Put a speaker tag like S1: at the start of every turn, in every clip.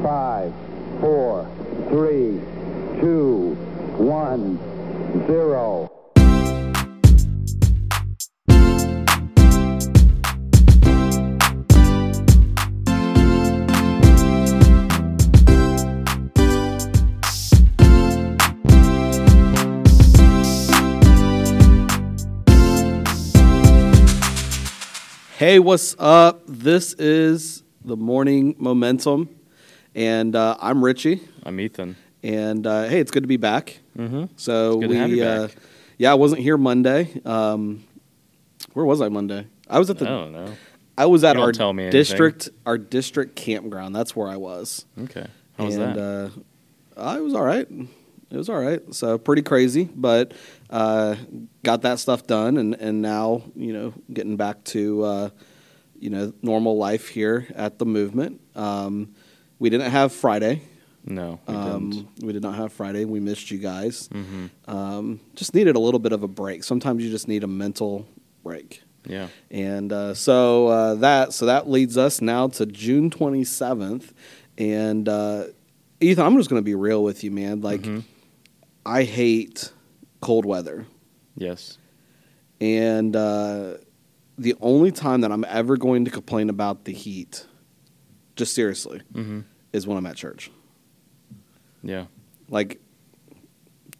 S1: five, four, three, two, one, zero.
S2: Hey, what's up? This is the Morning Momentum, and uh, I'm Richie.
S3: I'm Ethan.
S2: And uh, hey, it's good to be back.
S3: Mm-hmm.
S2: So
S3: It's good
S2: we,
S3: to have you
S2: Uh,
S3: back.
S2: yeah, I wasn't here Monday. Um, where was I Monday? I was at the.
S3: I don't know.
S2: I was at
S3: Oh, You don't
S2: our
S3: tell me anything.
S2: district, our district campground. That's where I was.
S3: Okay. How was
S2: and,
S3: that?
S2: Uh, I was all right. It was all right. So pretty crazy, but uh, got that stuff done, and and now you know getting back to uh, you know normal life here at the movement. Um, we didn't have Friday.
S3: no, we didn't.
S2: Um, we did not have Friday. We missed you guys.
S3: Mm-hmm.
S2: Um, just needed a little bit of a break. Sometimes you just need a mental break.
S3: Yeah.
S2: And uh, so uh, that so that leads us now to June 27th, and uh, Ethan, I'm just going to be real with you, man. Like,
S3: Mhm.
S2: I hate cold weather,
S3: Yes.
S2: and uh, the only time that I'm ever going to complain about the heat, just seriously,
S3: Mm-hmm.
S2: is when I'm at church.
S3: Yeah.
S2: Like,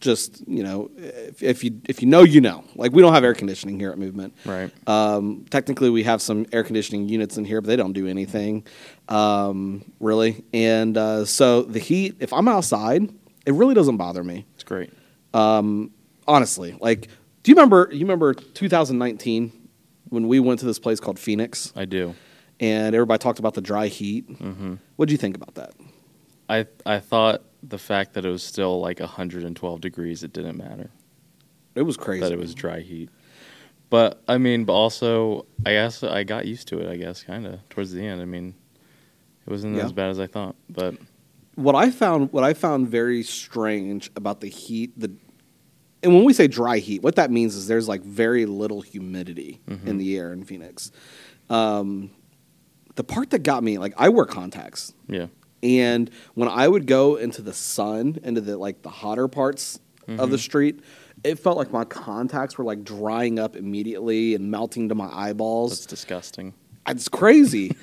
S2: just you know, if, if you if you know, you know. Like, we don't have air conditioning here at Movement.
S3: Right.
S2: Um, technically, we have some air conditioning units in here, but they don't do anything um, really. And uh, so the heat, if I'm outside, it really doesn't bother me.
S3: It's great.
S2: Honestly, like, do you remember? You remember 2019 when we went to this place called Phoenix,
S3: I do.
S2: and everybody talked about the dry heat.
S3: Mm-hmm.
S2: What do you think about that?
S3: I I thought the fact that it was still like 112 degrees, it didn't matter
S2: It was crazy.
S3: that it was dry heat. But I mean, but also, I guess I got used to it. I guess kind of towards the end. I mean, it wasn't
S2: Yeah.
S3: as bad as I thought. But
S2: what I found what I found very strange about the heat the and when we say dry heat, what that means is there's like very little humidity in the air in Phoenix. Um, the part that got me, like I wear contacts,
S3: yeah,
S2: and when I would go into the sun, into the like the hotter parts of the street, it felt like my contacts were like drying up immediately and melting to my eyeballs
S3: that's disgusting.
S2: it's crazy.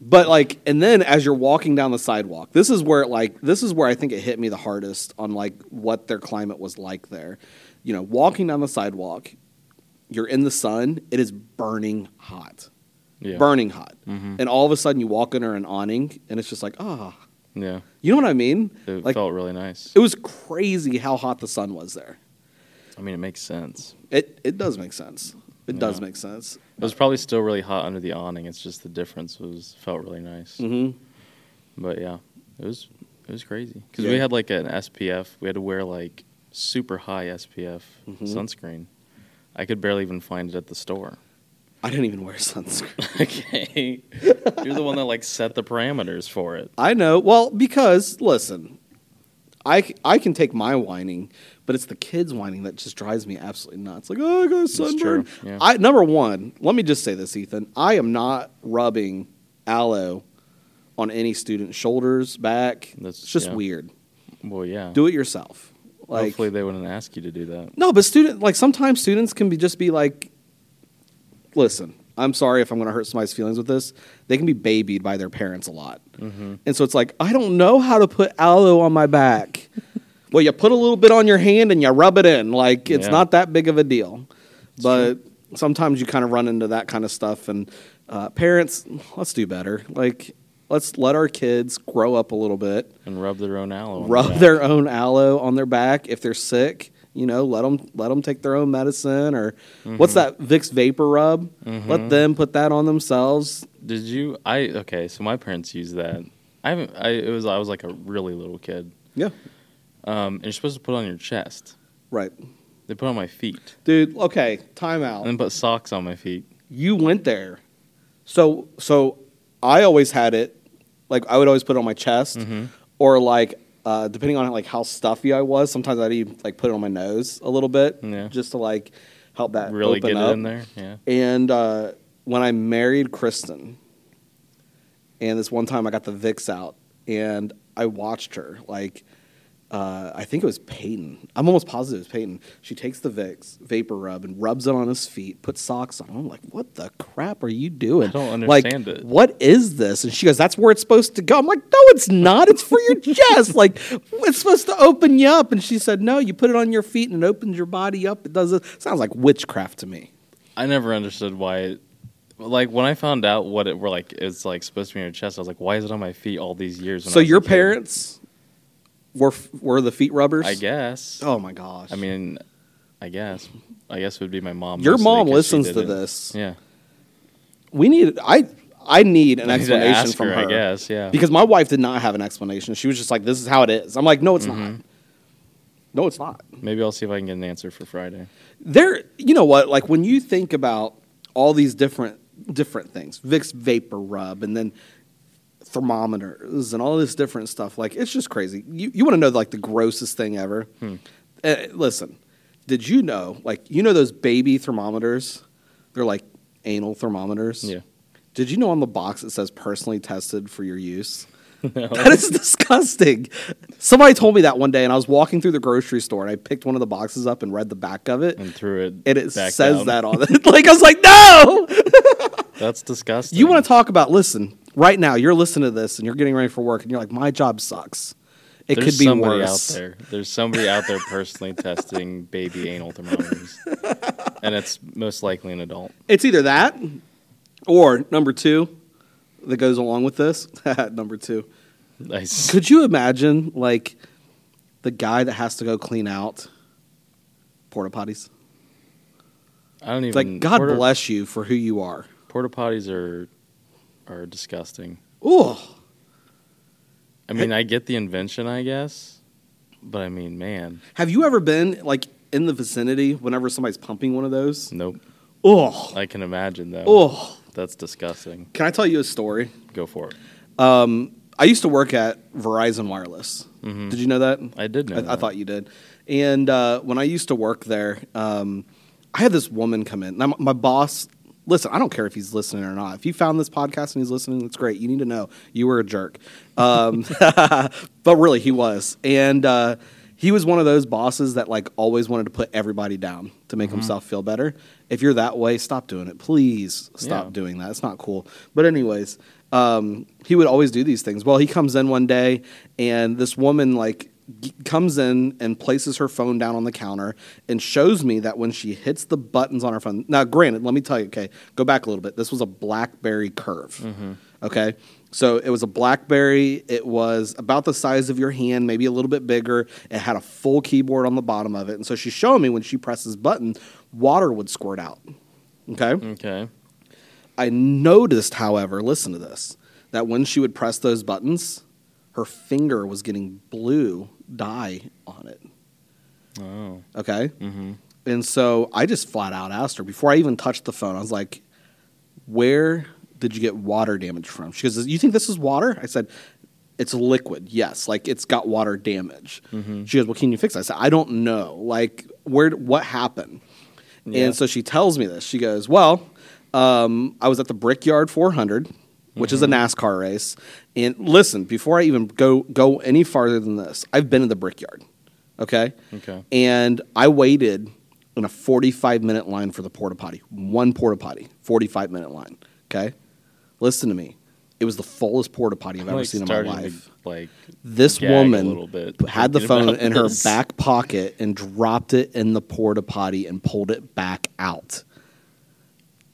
S2: but like, and then as you're walking down the sidewalk, this is where it like this is where I think it hit me the hardest on like what their climate was like there. You know, walking down the sidewalk, you're in the sun. It is burning hot,
S3: Yeah.
S2: burning hot,
S3: Mhm.
S2: and all of a sudden you walk under an awning, and it's just like ah,
S3: Yeah.
S2: you know what I mean?
S3: It
S2: like
S3: felt really nice.
S2: it was crazy how hot the sun was there.
S3: I mean, it makes sense.
S2: It it does make sense. It does
S3: Yeah.
S2: make sense.
S3: It was probably still really hot under the awning. It's just the difference was felt really nice.
S2: hmm
S3: But yeah, it was it was crazy because
S2: Yeah.
S3: we had like an SPF. We had to wear like super high SPF
S2: Mm-hmm.
S3: sunscreen. I could barely even find it at the store.
S2: I didn't even wear sunscreen.
S3: okay, you're the one that like set the parameters for it.
S2: I know. Well, because listen, I I can take my whining, but it's the kids whining that just drives me absolutely nuts. Like, oh, I got a sunburn.
S3: true, yeah.
S2: I number one. Let me just say this, Ethan. I am not rubbing aloe on any student's shoulders, back.
S3: That's-
S2: it's just
S3: yeah.
S2: weird.
S3: Well, yeah.
S2: Do it yourself. Like,
S3: Hopefully they wouldn't ask you to do that.
S2: no, but student like sometimes students can be just be like, listen, I'm sorry if I'm going to hurt somebody's feelings with this. They can be babied by their parents a lot, and so it's like I don't know how to put aloe on my back. well, you put a little bit on your hand and you rub it in. Like it's
S3: Yeah.
S2: not that big of a deal, but sometimes you kind of run into that kind of stuff. And uh, parents, let's do better. Like let's let our kids grow up a little bit
S3: And rub their own aloe. on
S2: rub
S3: back.
S2: their own aloe on their back if they're sick. You know, let them take their own medicine or what's
S3: Mm-hmm.
S2: that Vicks vapor rub? Let them put that on themselves.
S3: Did you? I okay. So my parents used that. I haven't. I it was I was like a really little kid.
S2: Yeah,
S3: Um, and you're supposed to put it on your chest.
S2: right,
S3: They put it on my feet.
S2: dude. Okay, time out.
S3: And then put socks on my feet.
S2: you went there, so so I always had it. Like I would always put it on my chest,
S3: Mm-hmm.
S2: or like uh, depending on like how stuffy I was, sometimes I'd even like put it on my nose a little bit,
S3: Yeah.
S2: just to like help that
S3: Really
S2: Uh, open
S3: get
S2: up.
S3: it in there. Yeah.
S2: And uh, when I married Kristen, and this one time I got the Vicks out, and I watched her like. Uh, I think it was Peyton. I'm almost positive it was Peyton. She takes the Vicks vapor rub and rubs it on his feet, puts socks on. I'm like, what the crap are you doing?
S3: I don't understand
S2: like,
S3: it.
S2: What is this? And she goes, that's where it's supposed to go. I'm like, no, it's not. It's for your chest. Like, it's supposed to open you up. And she said, no, you put it on your feet and it opens your body up. It does it. Sounds like witchcraft to me.
S3: I never understood why. It, like when I found out what it were like, it's like supposed to be in your chest. I was like, why is it on my feet all these years? when
S2: so
S3: I was a
S2: your
S3: kid?
S2: parents were f- were the feet rubbers?
S3: I guess.
S2: Oh my gosh.
S3: I mean, I guess. I guess it would be my mom.
S2: Your
S3: mostly,
S2: mom
S3: 'cause she
S2: listens
S3: did
S2: to
S3: it.
S2: this.
S3: Yeah.
S2: we need I I need an
S3: I need to
S2: explanation
S3: ask
S2: from her,
S3: her, I guess, yeah.
S2: Because my wife did not have an explanation. She was just like, "This is how it is." I'm like, "No, it's
S3: Mm-hmm.
S2: not. No, it's not."
S3: Maybe I'll see if I can get an answer for Friday.
S2: there you know what like when you think about all these different different things vicks vapor rub and then thermometers and all this different stuff like it's just crazy you, you want to know like the grossest thing ever Uh, listen did you know like you know those baby thermometers they're like anal thermometers
S3: Yeah.
S2: did you know on the box it says personally tested for your use? That is disgusting. Somebody told me that one day, and I was walking through the grocery store, and I picked one of the boxes up and read the back of it,
S3: And threw it.
S2: and it
S3: back
S2: says
S3: down.
S2: that on it. like I was like, no.
S3: That's disgusting.
S2: You want to talk about? Listen, right now you're listening to this, and you're getting ready for work, and you're like, my job sucks. It
S3: There's
S2: could be
S3: somebody
S2: worse.
S3: out there. There's somebody out there personally testing baby anal thermometers, and it's most likely an adult.
S2: It's either that or number two that goes along with this. number two.
S3: Nice.
S2: Could you imagine like the guy that has to go clean out porta potties?
S3: I don't
S2: It's
S3: even.
S2: like God
S3: Mm, porta,
S2: bless you for who you are.
S3: Porta potties are are disgusting.
S2: Oh,
S3: I mean, I get the invention, I guess, but I mean, man,
S2: have you ever been like in the vicinity whenever somebody's pumping one of those?
S3: nope.
S2: Oh,
S3: I can imagine though.
S2: oh.
S3: That's disgusting.
S2: Can I tell you a story?
S3: Go for it.
S2: I used to work at Verizon Wireless. Did you know that?
S3: I did know.
S2: I, I
S3: that.
S2: thought you did. And uh, when I used to work there, um, I had this woman come in. Now, m- my boss, listen, I don't care if he's listening or not. If you found this podcast and he's listening, that's great. You need to know you were a jerk. Um, but really, he was. And uh, he was one of those bosses that like always wanted to put everybody down to make himself feel better. If you're that way, stop doing it. Please stop
S3: Yeah.
S2: doing doing that. It's not cool. But anyways, um, he would always do these things. Well, he comes in one day, and this woman like g- comes in and places her phone down on the counter and shows me that when she hits the buttons on her phone. Now, granted, let me tell you. Okay, go back a little bit. This was a BlackBerry Curve. Okay. So it was a BlackBerry. It was about the size of your hand, maybe a little bit bigger. It had a full keyboard on the bottom of it. And so she's showing me when she presses button, water would squirt out. Okay.
S3: Okay.
S2: I noticed, however, listen to this, that when she would press those buttons, her finger was getting blue dye on it.
S3: Oh.
S2: Okay? Mm-hmm. And so I just flat out asked her before I even touched the phone, I was like, Where did you get water damage from? She goes, You think this is water? I said, It's liquid, yes. Like it's got water damage.
S3: Mm-hmm.
S2: She goes, Well, can you fix it? I said, I don't know. Like, where what happened?
S3: Yeah.
S2: And so she tells me this. She goes, Well, um, I was at the Brickyard 400, which
S3: Mm-hmm.
S2: is a NASCAR race. And listen, before I even go, go any farther than this, I've been in the Brickyard. Okay.
S3: Okay.
S2: And I waited in a 45 minute line for the porta potty. One porta potty, 45 minute line. Okay. Listen to me. It was the fullest porta potty I've
S3: I'm,
S2: ever
S3: like,
S2: seen in my
S3: starting to,
S2: life
S3: like
S2: this
S3: gag a little
S2: woman
S3: bit
S2: p- had the
S3: thinking
S2: phone
S3: about
S2: in her
S3: this.
S2: back pocket and dropped it in the porta potty and pulled it back out.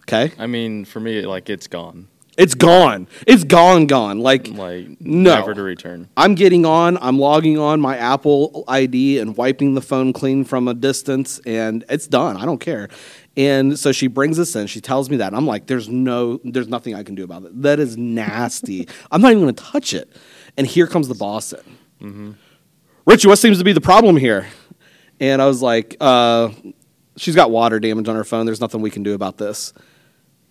S2: Okay?
S3: I mean, for me, like it's gone.
S2: It's gone. It's gone, gone. Like,
S3: Like
S2: No.
S3: never to return.
S2: I'm getting on, I'm logging on my Apple ID and wiping the phone clean from a distance, and it's done. I don't care. And so she brings this in. She tells me that. and I'm like, there's no, there's nothing I can do about it. That is nasty. I'm not even going to touch it. And here comes the boss in. Richie, what seems to be the problem here? And I was like, uh, she's got water damage on her phone. There's nothing we can do about this.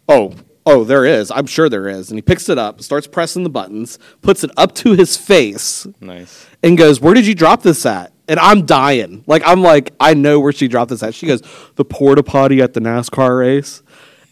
S2: Oh, oh, there is. I'm sure there is. And he picks it up, starts pressing the buttons, puts it up to his face,
S3: Nice.
S2: and goes, Where did you drop this at? And I'm dying. Like, I'm like, I know where she dropped this at. She goes, The porta potty at the NASCAR race.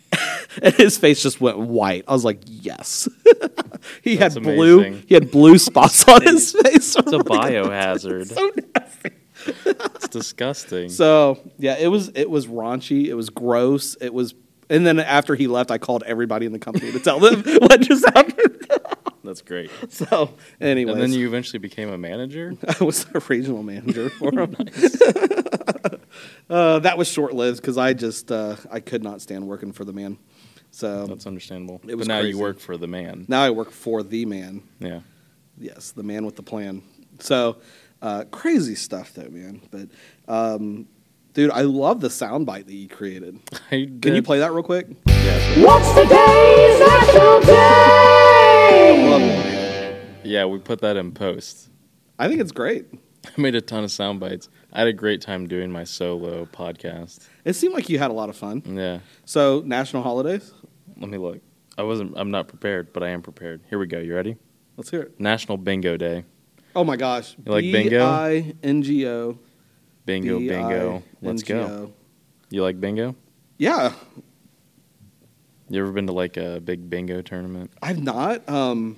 S2: and his face just went white. I was like, yes. he
S3: That's
S2: had blue.
S3: amazing.
S2: He had blue spots on his face.
S3: It's a biohazard.
S2: So nasty.
S3: It's disgusting.
S2: So yeah, it was it was raunchy. It was gross. It was. And then after he left, I called everybody in the company to tell them what just happened.
S3: That's great.
S2: So, anyways,
S3: And then you eventually became a manager.
S2: I was a regional manager for him. uh, that was short lived because I just uh, I could not stand working for the man. So
S3: That's understandable.
S2: It was
S3: but now
S2: crazy.
S3: you work for the man.
S2: now I work for the man.
S3: Yeah.
S2: Yes, the man with the plan. So uh, crazy stuff though, man. But um, dude, I love the soundbite that you created. Can you play that real quick?
S4: What's the days after day?
S2: Love it, man.
S3: Yeah, we put that in post.
S2: I think it's great.
S3: I made a ton of sound bites. I had a great time doing my solo podcast.
S2: It seemed like you had a lot of fun.
S3: Yeah.
S2: So national holidays.
S3: Let me look. I wasn't. I'm not prepared, but I am prepared. Here we go. You ready?
S2: Let's hear it.
S3: National Bingo Day.
S2: Oh my gosh!
S3: You like bingo?
S2: B I N G O.
S3: Bingo, bingo. Let's go.
S2: B-I-N-G-O.
S3: You like bingo?
S2: Yeah,
S3: You ever been to like a big bingo tournament?
S2: I've not. Um,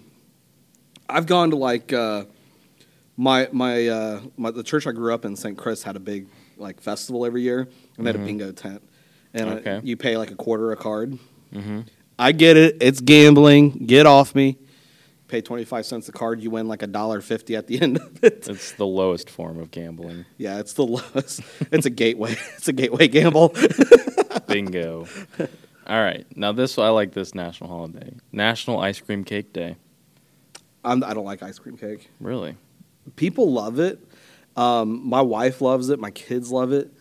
S2: I've gone to like uh, my my uh, my the church I grew up in, St. Chris, had a big like festival every year, and they had a bingo tent, and uh,
S3: Okay.
S2: you pay like a quarter a card. I get it; it's gambling. Get off me. Pay twenty five cents a card, you win like a dollar fifty at the end of it.
S3: It's the lowest form of gambling.
S2: Yeah, it's the lowest. it's a gateway. It's a gateway gamble.
S3: Bingo. All right. Now this I like this national holiday. National Ice Cream Cake Day.
S2: I'm, I don't like ice cream cake.
S3: Really?
S2: people love it. Um, my wife loves it. My kids love it.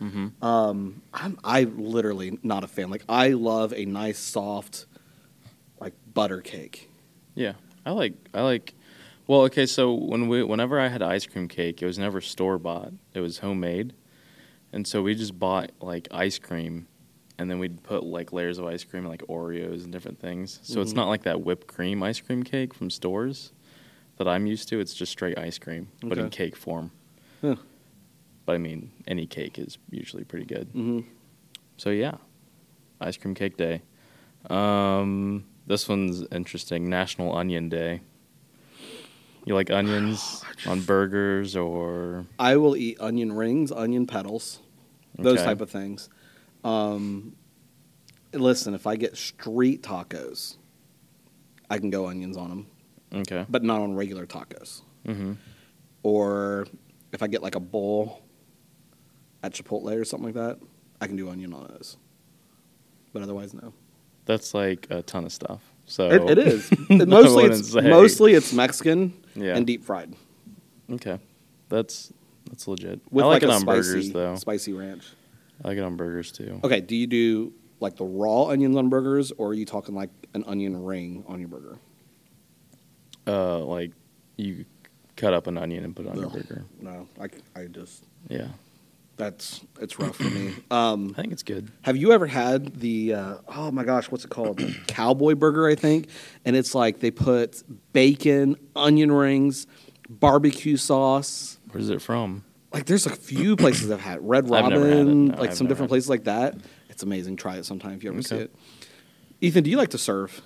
S2: Um, I'm I literally not a fan. Like I love a nice soft, like butter cake.
S3: Yeah. I like I like Well, okay, so when we whenever I had ice cream cake, it was never store bought. It was homemade. And so we just bought like ice cream and then we'd put like layers of ice cream and like Oreos and different things. So
S2: Mm-hmm.
S3: it's not like that whipped cream ice cream cake from stores that I'm used to. It's just straight ice cream, but in
S2: Okay.
S3: cake form.
S2: Huh.
S3: But I mean, any cake is usually pretty good. So yeah, ice cream cake day. Um, this one's interesting. National Onion Day. You like onions on burgers or
S2: I will eat onion rings, onion petals, those
S3: Okay.
S2: type of things. Um, listen, if I get street tacos, I can go onions on them,
S3: okay?
S2: but not on regular tacos.
S3: hmm
S2: Or if I get like a bowl at Chipotle or something like that, I can do onion on those. But otherwise, no.
S3: That's like a ton of stuff. So
S2: It, it is
S3: I
S2: mostly
S3: wouldn't
S2: it's
S3: say.
S2: mostly it's Mexican
S3: Yeah.
S2: and deep fried
S3: okay. That's that's legit.
S2: with
S3: I like,
S2: like,
S3: it
S2: a
S3: on
S2: spicy
S3: burgers though.
S2: spicy ranch.
S3: I like it on burgers too.
S2: Okay, do you do like the raw onions on burgers, or are you talking like an onion ring on your burger?
S3: Uh, like you cut up an onion and put it on your
S2: Ugh.
S3: burger.
S2: No, I, I just
S3: Yeah,
S2: that's it's rough for me. Um,
S3: I think it's good.
S2: have you ever had the uh, oh my gosh, what's it called? The cowboy burger, I think, and it's like they put bacon, onion rings, barbecue sauce.
S3: Where's it from?
S2: like there's a few places I've had Red
S3: I've never had it.
S2: Robin,
S3: No,
S2: like
S3: I've
S2: some
S3: never
S2: different
S3: had it.
S2: places like that. It's amazing. Try it sometime if you ever see
S3: Okay.
S2: it. Ethan, do you like to serve?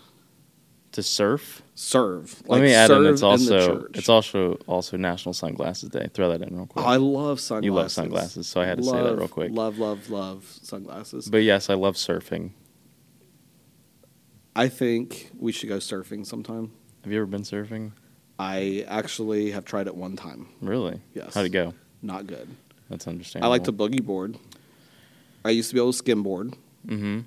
S3: To surf.
S2: Serve.
S3: Let
S2: Like,
S3: me add in.
S2: serve
S3: It's
S2: the
S3: also
S2: church.
S3: it's also also National Sunglasses Day. Throw that in real
S2: Oh,
S3: quick.
S2: I love sunglasses.
S3: You love sunglasses, so I had to say that real quick.
S2: Love, love, love sunglasses.
S3: but yes, I love surfing.
S2: I think we should go surfing sometime.
S3: Have you ever been surfing?
S2: I actually have tried it one time.
S3: Really?
S2: Yes.
S3: How'd it go?
S2: Not good.
S3: That's understandable.
S2: I like to boogie board. I used to be able to skimboard.
S3: Mm-hmm.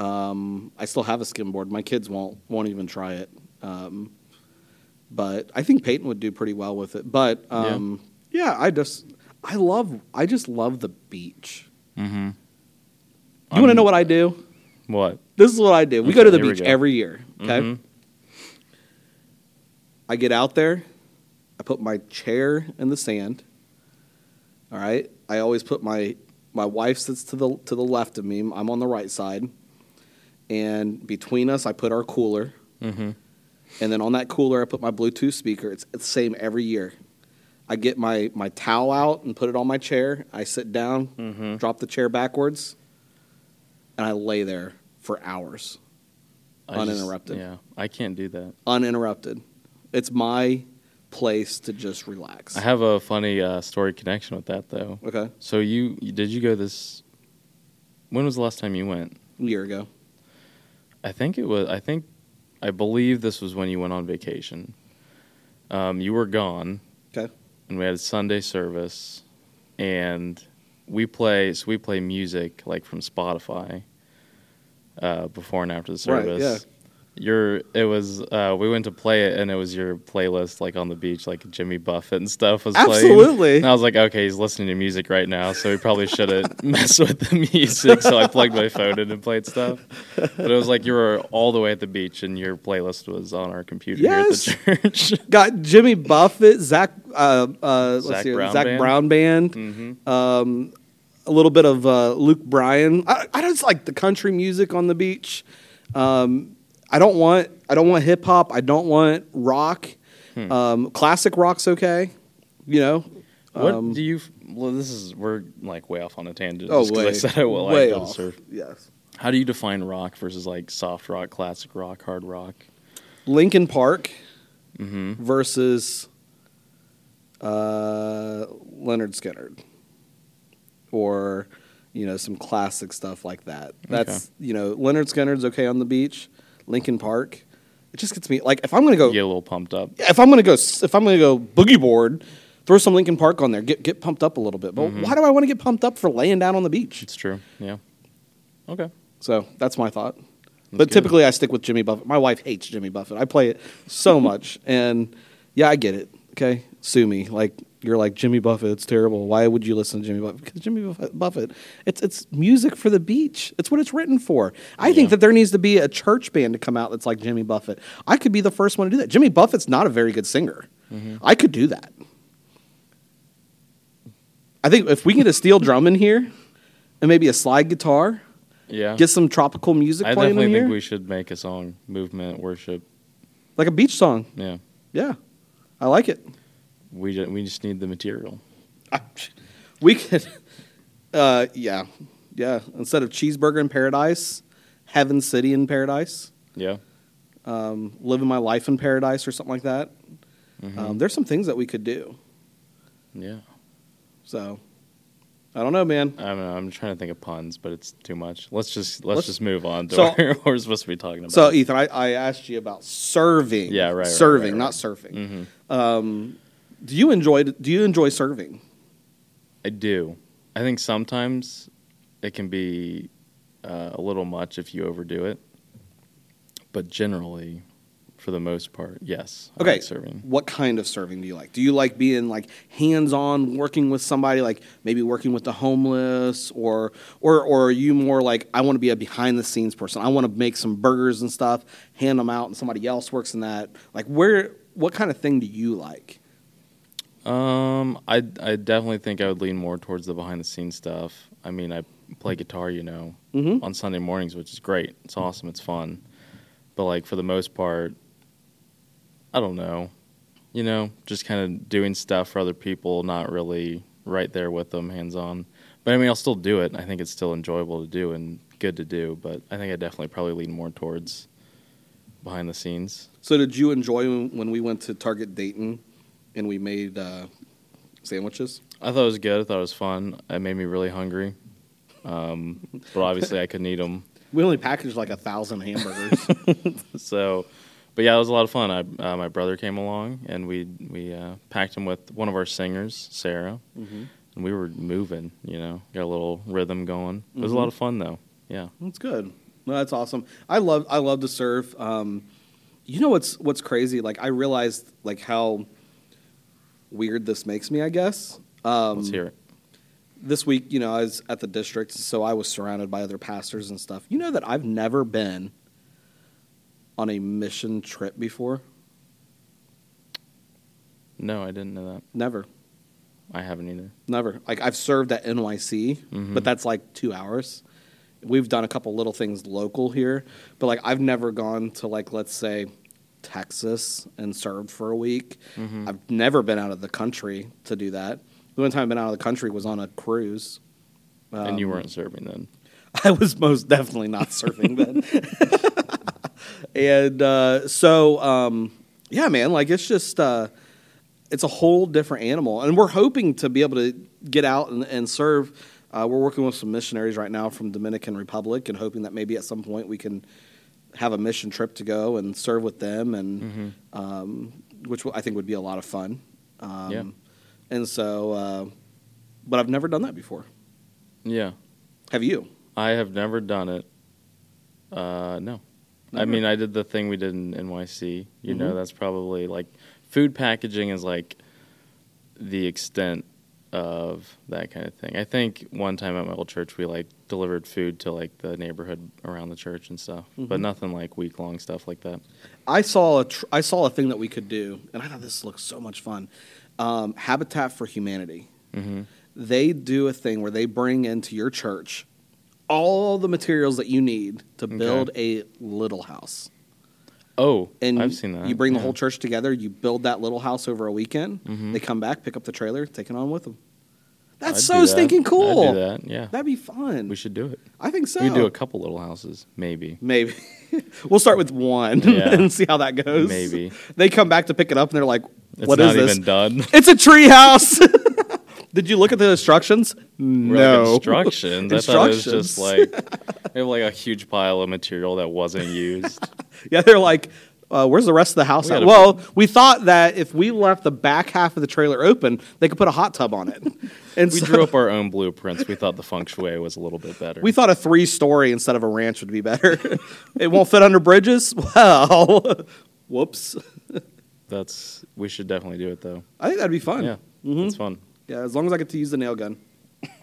S2: Um, I still have a skimboard. My kids won't won't even try it. Um, but I think Peyton would do pretty well with it. But um, yeah. I just I love I just love the beach.
S3: Mm-hmm.
S2: You want to know what I do?
S3: What?
S2: This is what I do. We go to the
S3: Okay, here we
S2: beach
S3: go.
S2: every year. Okay.
S3: Mhm.
S2: I get out there. I put my chair in the sand. All right. I always put my my wife sits to the to the left of me. I'm on the right side, and between us, I put our cooler.
S3: Mm-hmm.
S2: And then on that cooler, I put my Bluetooth speaker. It's, it's the same every year. I get my, my towel out and put it on my chair. I sit
S3: Mm-hmm.
S2: down, drop the chair backwards, and I lay there for hours.
S3: I just-
S2: Uninterrupted.
S3: yeah, I can't do that.
S2: uninterrupted. It's my place to just relax.
S3: I have a funny uh, story connection with that though.
S2: okay,
S3: So you you- did you go this? When was the last time you went?
S2: a year ago.
S3: I think it was. I think I believe this was when you went on vacation. Um, you were gone,
S2: Okay,
S3: and we had a Sunday service, and we play. So we play music like from Spotify. Uh, before and after the
S2: Right,
S3: service, your it was uh, we went to play it, and it was your playlist like on the beach, like Jimmy Buffett and stuff was playing.
S2: Absolutely.
S3: And I was like, okay, he's listening to music right now, so he probably shouldn't mess with the music. So I plugged my phone in and played stuff. But it was like you were all the way at the beach, and your playlist was on our computer
S2: Yes.
S3: here at the church.
S2: got Jimmy Buffett, Zach, uh, uh, let's
S3: Zac
S2: see, here,
S3: Brown
S2: Zach
S3: Band. Mm-hmm.
S2: Brown Band, um, a little bit of uh, Luke Bryan. I, I just like the country music on the beach. Um, I don't want I don't want hip hop. I don't want rock.
S3: Hmm.
S2: Um, classic rock's okay, you know.
S3: What
S2: Um,
S3: do you? f- Well, this is we're like way off on a tangent.
S2: Oh,
S3: just 'cause
S2: way,
S3: I said I will.
S2: way
S3: I
S2: off. Yes,
S3: How do you define rock versus like soft rock, classic rock, hard rock?
S2: Lincoln Park
S3: Mm-hmm.
S2: versus uh, Leonard Skinnard, or you know some classic stuff like that. That's you know Leonard Skinnard's okay on the beach. Lincoln Park, it just gets me like if I'm gonna go
S3: You get a little pumped up.
S2: if I'm gonna go if I'm gonna go boogie board, throw some Lincoln Park on there, get get pumped up a little bit. But why do I want to get pumped up for laying down on the beach?
S3: It's true. Yeah. Okay.
S2: So that's my thought.
S3: That's
S2: but
S3: good.
S2: typically, I stick with Jimmy Buffett. My wife hates Jimmy Buffett. I play it so much, and yeah, I get it. Okay, sue me. Like you're like Jimmy Buffett. It's terrible. Why would you listen to Jimmy Buffett? Because Jimmy Buff- Buffett, it's it's music for the beach. It's what it's written for. I think
S3: Yeah.
S2: that there needs to be a church band to come out that's like Jimmy Buffett. I could be the first one to do that. Jimmy Buffett's not a very good singer.
S3: Mm-hmm.
S2: I could do that. I think if we get a steel drum in here, and maybe a slide guitar
S3: Yeah.
S2: get some tropical music
S3: I
S2: playing
S3: definitely
S2: in
S3: think
S2: here,
S3: we should make a song, movement, worship.
S2: like a beach song.
S3: Yeah.
S2: Yeah, I like it.
S3: We just, we just need the material.
S2: We could, uh, yeah, yeah. Instead of cheeseburger in paradise, heaven city in paradise,
S3: Yeah.
S2: um, living my life in paradise or something like that.
S3: Mm-hmm.
S2: Um, there's some things that we could do.
S3: Yeah.
S2: So, I don't know, man.
S3: I don't know. I'm trying to think of puns, but it's too much. Let's just let's,
S2: Let's-
S3: just move on to
S2: So-
S3: what we're- we're supposed to be talking about.
S2: So, Ethan, I, I asked you about serving.
S3: Yeah, right, right,
S2: Serving,
S3: right,
S2: not
S3: right. Mm-hmm.
S2: surfing. Um, do you enjoy? Do you enjoy serving?
S3: I do. I think sometimes it can be uh, a little much if you overdo it, but generally, for the most part, yes. I
S2: Okay.
S3: like serving.
S2: What kind of serving do you like? Do you like being like hands-on, working with somebody, like maybe working with the homeless, or or or are you more like I want to be a behind-the-scenes person? I want to make some burgers and stuff, hand them out, and somebody else works in that. Like where? What kind of thing do you like?
S3: Um, I I definitely think I would lean more towards the behind the scenes stuff. I mean, I play guitar, you know,
S2: Mhm.
S3: on Sunday mornings, which is great. It's awesome. It's fun. But like for the most part, I don't know. You know, just kind of doing stuff for other people, not really right there with them, hands on. But I mean, I'll still do it. I think it's still enjoyable to do and good to do. But I think I definitely probably lean more towards behind the scenes.
S2: So did you enjoy when, when we went to Target Dayton and we made uh, sandwiches?
S3: I thought it was good. I thought it was fun. It made me really hungry. Um, but obviously, I couldn't eat them.
S2: We only packaged like a thousand hamburgers.
S3: So, but yeah, it was a lot of fun. I, uh, my brother came along, and we we uh, packed him with one of our singers, Sarah,
S2: Mm-hmm.
S3: and we were moving. You know, got a little rhythm going. It
S2: Mm-hmm.
S3: was a lot of fun, though. Yeah,
S2: That's good. No, that's awesome. I love I love to serve. Um, you know what's what's crazy? Like I realized like how weird this makes me. I guess um,
S3: let's hear it.
S2: this week. You know, I was at the district, so I was surrounded by other pastors and stuff. You know that I've never been on a mission trip before.
S3: No, I didn't know that.
S2: Never,
S3: I haven't either.
S2: never. Like I've served at NYC,
S3: Mhm.
S2: but that's like two hours. We've done a couple little things local here, but like I've never gone to like let's say Texas and served for a week.
S3: Mhm.
S2: I've never been out of the country to do that. The only time I've been out of the country was on a cruise.
S3: and you
S2: Um,
S3: weren't serving then.
S2: I was most definitely not surfing then. And uh, so, um, yeah, man, like it's just uh, it's a whole different animal, and we're hoping to be able to get out and, and serve. Uh, we're working with some missionaries right now from Dominican Republic, and hoping that maybe at some point we can have a mission trip to go and serve with them, and um, which I think would be a lot of fun. Um,
S3: Yeah.
S2: And so, uh, but I've never done that before.
S3: Yeah.
S2: Have you?
S3: I have never done it. Uh, no. I mean, I did the thing we did in NYC.
S2: Mm-hmm.
S3: You know, that's probably like food packaging is like the extent of that kind of thing. I think one time at my old church, we like delivered food to like the neighborhood around the church and stuff,
S2: Mm-hmm.
S3: but nothing like week long stuff like that.
S2: I saw a tr- I saw a thing that we could do, and I thought this looks so much fun. Um, Habitat for Humanity.
S3: Mm-hmm.
S2: They do a thing where they bring into your church all the materials that you need to build a little house.
S3: Oh,
S2: And
S3: I've seen that.
S2: you bring the
S3: Yeah. Mm-hmm.
S2: whole church together. You build that little house over a weekend. They come back, pick up the trailer, take it on with them. That's
S3: I'd
S2: so
S3: do that.
S2: stinking
S3: I'd do
S2: cool.
S3: that, yeah.
S2: would be fun.
S3: we should do it.
S2: I think so.
S3: We do a couple little houses, maybe.
S2: Maybe. we'll start with one
S3: Yeah.
S2: and see how that goes.
S3: Maybe.
S2: They come back to pick it up and they're like,
S3: It's
S2: "What is
S3: not
S2: this?
S3: even done.
S2: It's a tree house. Did you look at the instructions?
S3: We're
S2: No.
S3: Like instructions. I thought it was just
S2: Instructions.
S3: like we have like a huge pile of material that wasn't used.
S2: yeah, they're like, uh, where's the rest of the house
S3: We
S2: at?
S3: gotta
S2: Well, we thought that if we left the back half of the trailer open, they could put a hot tub on it. And
S3: We
S2: so-
S3: drew up our own blueprints. We thought the feng shui was a little bit better.
S2: We thought a three story instead of a ranch would be better. it won't fit under bridges? Well, whoops.
S3: that's we should definitely do it though.
S2: I think that'd be fun. Mm-hmm.
S3: Yeah, it's fun.
S2: Yeah, as long as I get to use the nail gun.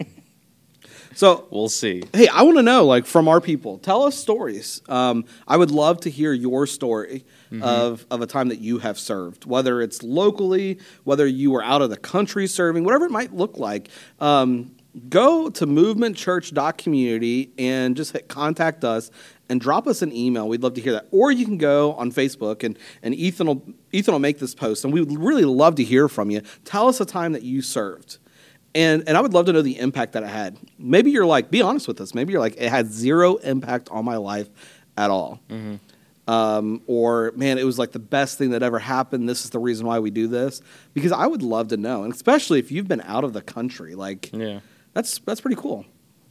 S2: so,
S3: We'll see.
S2: hey, I want to know, like, from our people, tell us stories. Um, I would love to hear your story of of a time that you have served, whether it's locally, whether you were out of the country serving, whatever it might look like. Um, go to movementchurch.community and just hit contact us and drop us an email. We'd love to hear that. Or you can go on Facebook and, and Ethan will Ethan will make this post and we would really love to hear from you. Tell us a time that you served. And and I would love to know the impact that it had. Maybe you're like, be honest with us. Maybe you're like, it had zero impact on my life at all. Um, or man, it was like the best thing that ever happened. This is the reason why we do this. Because I would love to know, and especially if you've been out of the country, like
S3: Yeah.
S2: that's that's pretty cool.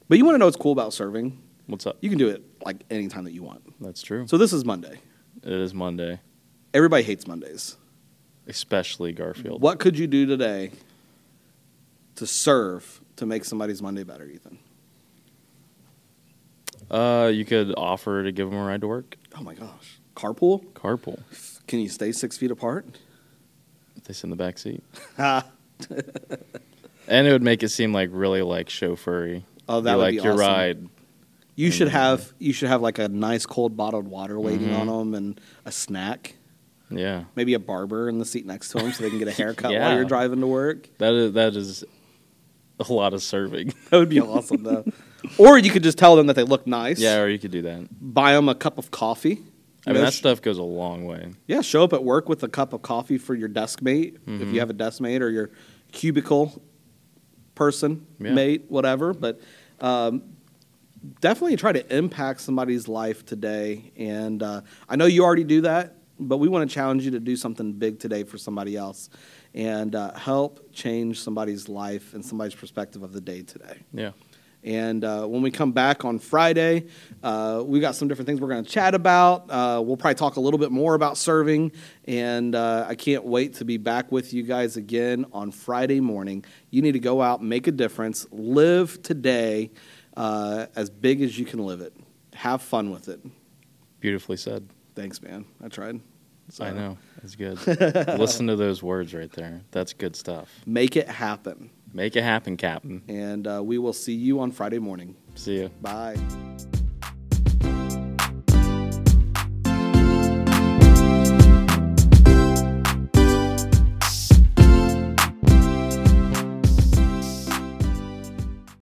S2: But you want to know what's cool about serving?
S3: What's up?
S2: You can do it like anytime that you want.
S3: That's true.
S2: So this is Monday.
S3: it is Monday,
S2: Everybody hates Mondays.
S3: especially Garfield.
S2: What could you do today to serve to make somebody's Monday better, Ethan?
S3: Uh, you could offer to give him a ride to work.
S2: Oh my gosh. Carpool?
S3: Carpool.
S2: Can you stay six feet apart?
S3: If they sit in the back seat.
S2: Oh,
S3: and it would make it seem like really like chauffeury.
S2: Oh, that
S3: Be
S2: would
S3: like
S2: be
S3: your
S2: awesome.
S3: ride. Mm-hmm.
S2: You should have you should have like a nice cold bottled water waiting on 'em on
S3: Mm-hmm.
S2: them and a snack.
S3: Yeah.
S2: Maybe a barber in the seat next to them so they can get a haircut while
S3: Yeah.
S2: you're driving to work.
S3: That is that is a lot of serving.
S2: That would be awesome though. Or you could just tell them that they look nice.
S3: yeah, or you could do that. I
S2: Buy them a cup of coffee. You
S3: mean,
S2: know,
S3: that
S2: sh-
S3: stuff goes a long way.
S2: Yeah, show up at work with a cup of coffee for your desk mate, if you have a desk mate or your cubicle person,
S3: Yeah.
S2: mate, whatever. But um, definitely try to impact somebody's life today. And uh, I know you already do that, but we want to challenge you to do something big today for somebody else and uh, help change somebody's life and somebody's perspective of the day today.
S3: Yeah.
S2: And uh, when we come back on Friday, uh, we got some different things we're going to chat about. Uh, we'll probably talk a little bit more about serving. And uh, I can't wait to be back with you guys again on Friday morning. You need to go out, make a difference, live today uh, as big as you can live it. Have fun with it.
S3: Beautifully said.
S2: Thanks, man. I tried. So,
S3: I know. It's good. Listen to those words right there. That's good stuff.
S2: Make it happen.
S3: Make it happen, Captain.
S2: And uh, we will see you on Friday morning.
S3: See ya.
S2: Bye.